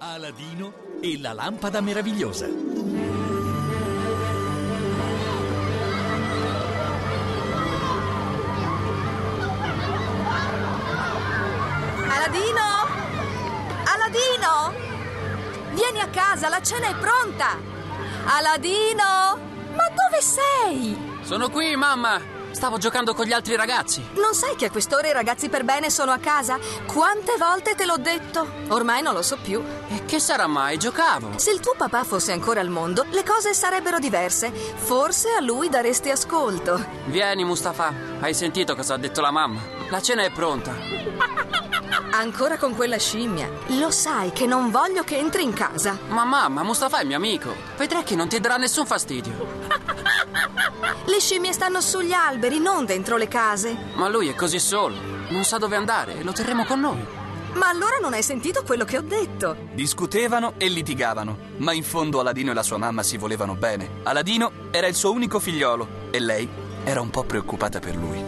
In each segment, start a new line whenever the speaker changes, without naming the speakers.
Aladino e la lampada meravigliosa.
Aladino! Aladino! Vieni a casa, la cena è pronta! Aladino! Ma dove sei?
Sono qui, mamma! Stavo giocando con gli altri ragazzi.
Non sai che a quest'ora i ragazzi per bene sono a casa? Quante volte te l'ho detto? Ormai non lo so più.
E che sarà mai? Giocavo.
Se il tuo papà fosse ancora al mondo, le cose sarebbero diverse. Forse a lui daresti ascolto.
Vieni, Mustafa. Hai sentito cosa ha detto la mamma? La cena è pronta.
Ancora con quella scimmia. Lo sai che non voglio che entri in casa.
Ma mamma, Mustafa è mio amico. Vedrai che non ti darà nessun fastidio.
Le scimmie stanno sugli alberi, non dentro le case.
Ma lui è così solo. Non sa dove andare e lo terremo con noi.
Ma allora non hai sentito quello che ho detto?
Discutevano e litigavano, ma in fondo Aladino e la sua mamma si volevano bene. Aladino era il suo unico figliolo e lei era un po' preoccupata per lui.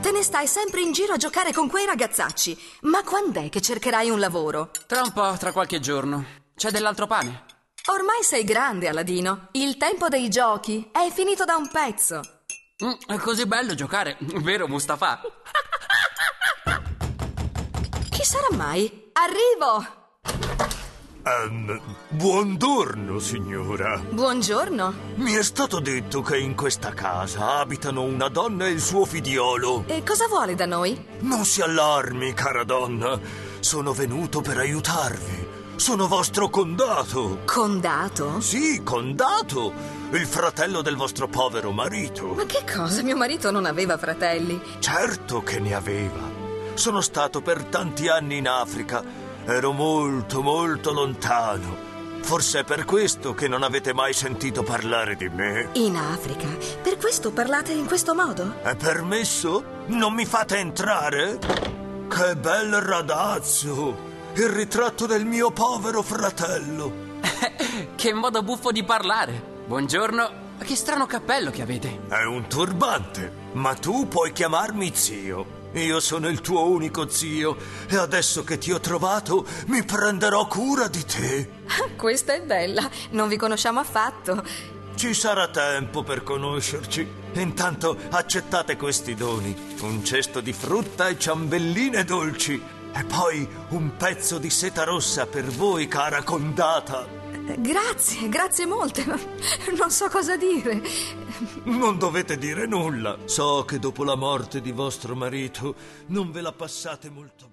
Te ne stai sempre in giro a giocare con quei ragazzacci. Ma quand'è che cercherai un lavoro?
Tra un po', tra qualche giorno. C'è dell'altro pane?
Ormai sei grande, Aladino. Il tempo dei giochi è finito da un pezzo.
Mm, è così bello giocare, vero Mustafa?
Chi sarà mai? Arrivo!
Ehm, buongiorno, signora.
Buongiorno.
Mi è stato detto che in questa casa abitano una donna e il suo figliolo.
E cosa vuole da noi?
Non si allarmi, cara donna. Sono venuto per aiutarvi. Sono vostro condato.
Condato?
Sì, condato. Il fratello del vostro povero marito.
Ma che cosa? Mio marito non aveva fratelli.
Certo che ne aveva. Sono stato per tanti anni in Africa. Ero molto, molto lontano. Forse è per questo che non avete mai sentito parlare di me.
In Africa. Per questo parlate in questo modo?
È permesso? Non mi fate entrare? Che bel ragazzo! Il ritratto del mio povero fratello!
Che modo buffo di parlare. Buongiorno. Che strano cappello che avete.
È un turbante, ma tu puoi chiamarmi zio. Io sono il tuo unico zio e adesso che ti ho trovato mi prenderò cura di te.
Questa è bella. Non vi conosciamo affatto.
Ci sarà tempo per conoscerci. Intanto accettate questi doni: un cesto di frutta e ciambelline dolci. E poi un pezzo di seta rossa per voi, cara condata.
Eh, Grazie, grazie molte. Non so cosa dire.
Non dovete dire nulla. So che dopo la morte di vostro marito non ve la passate molto bene.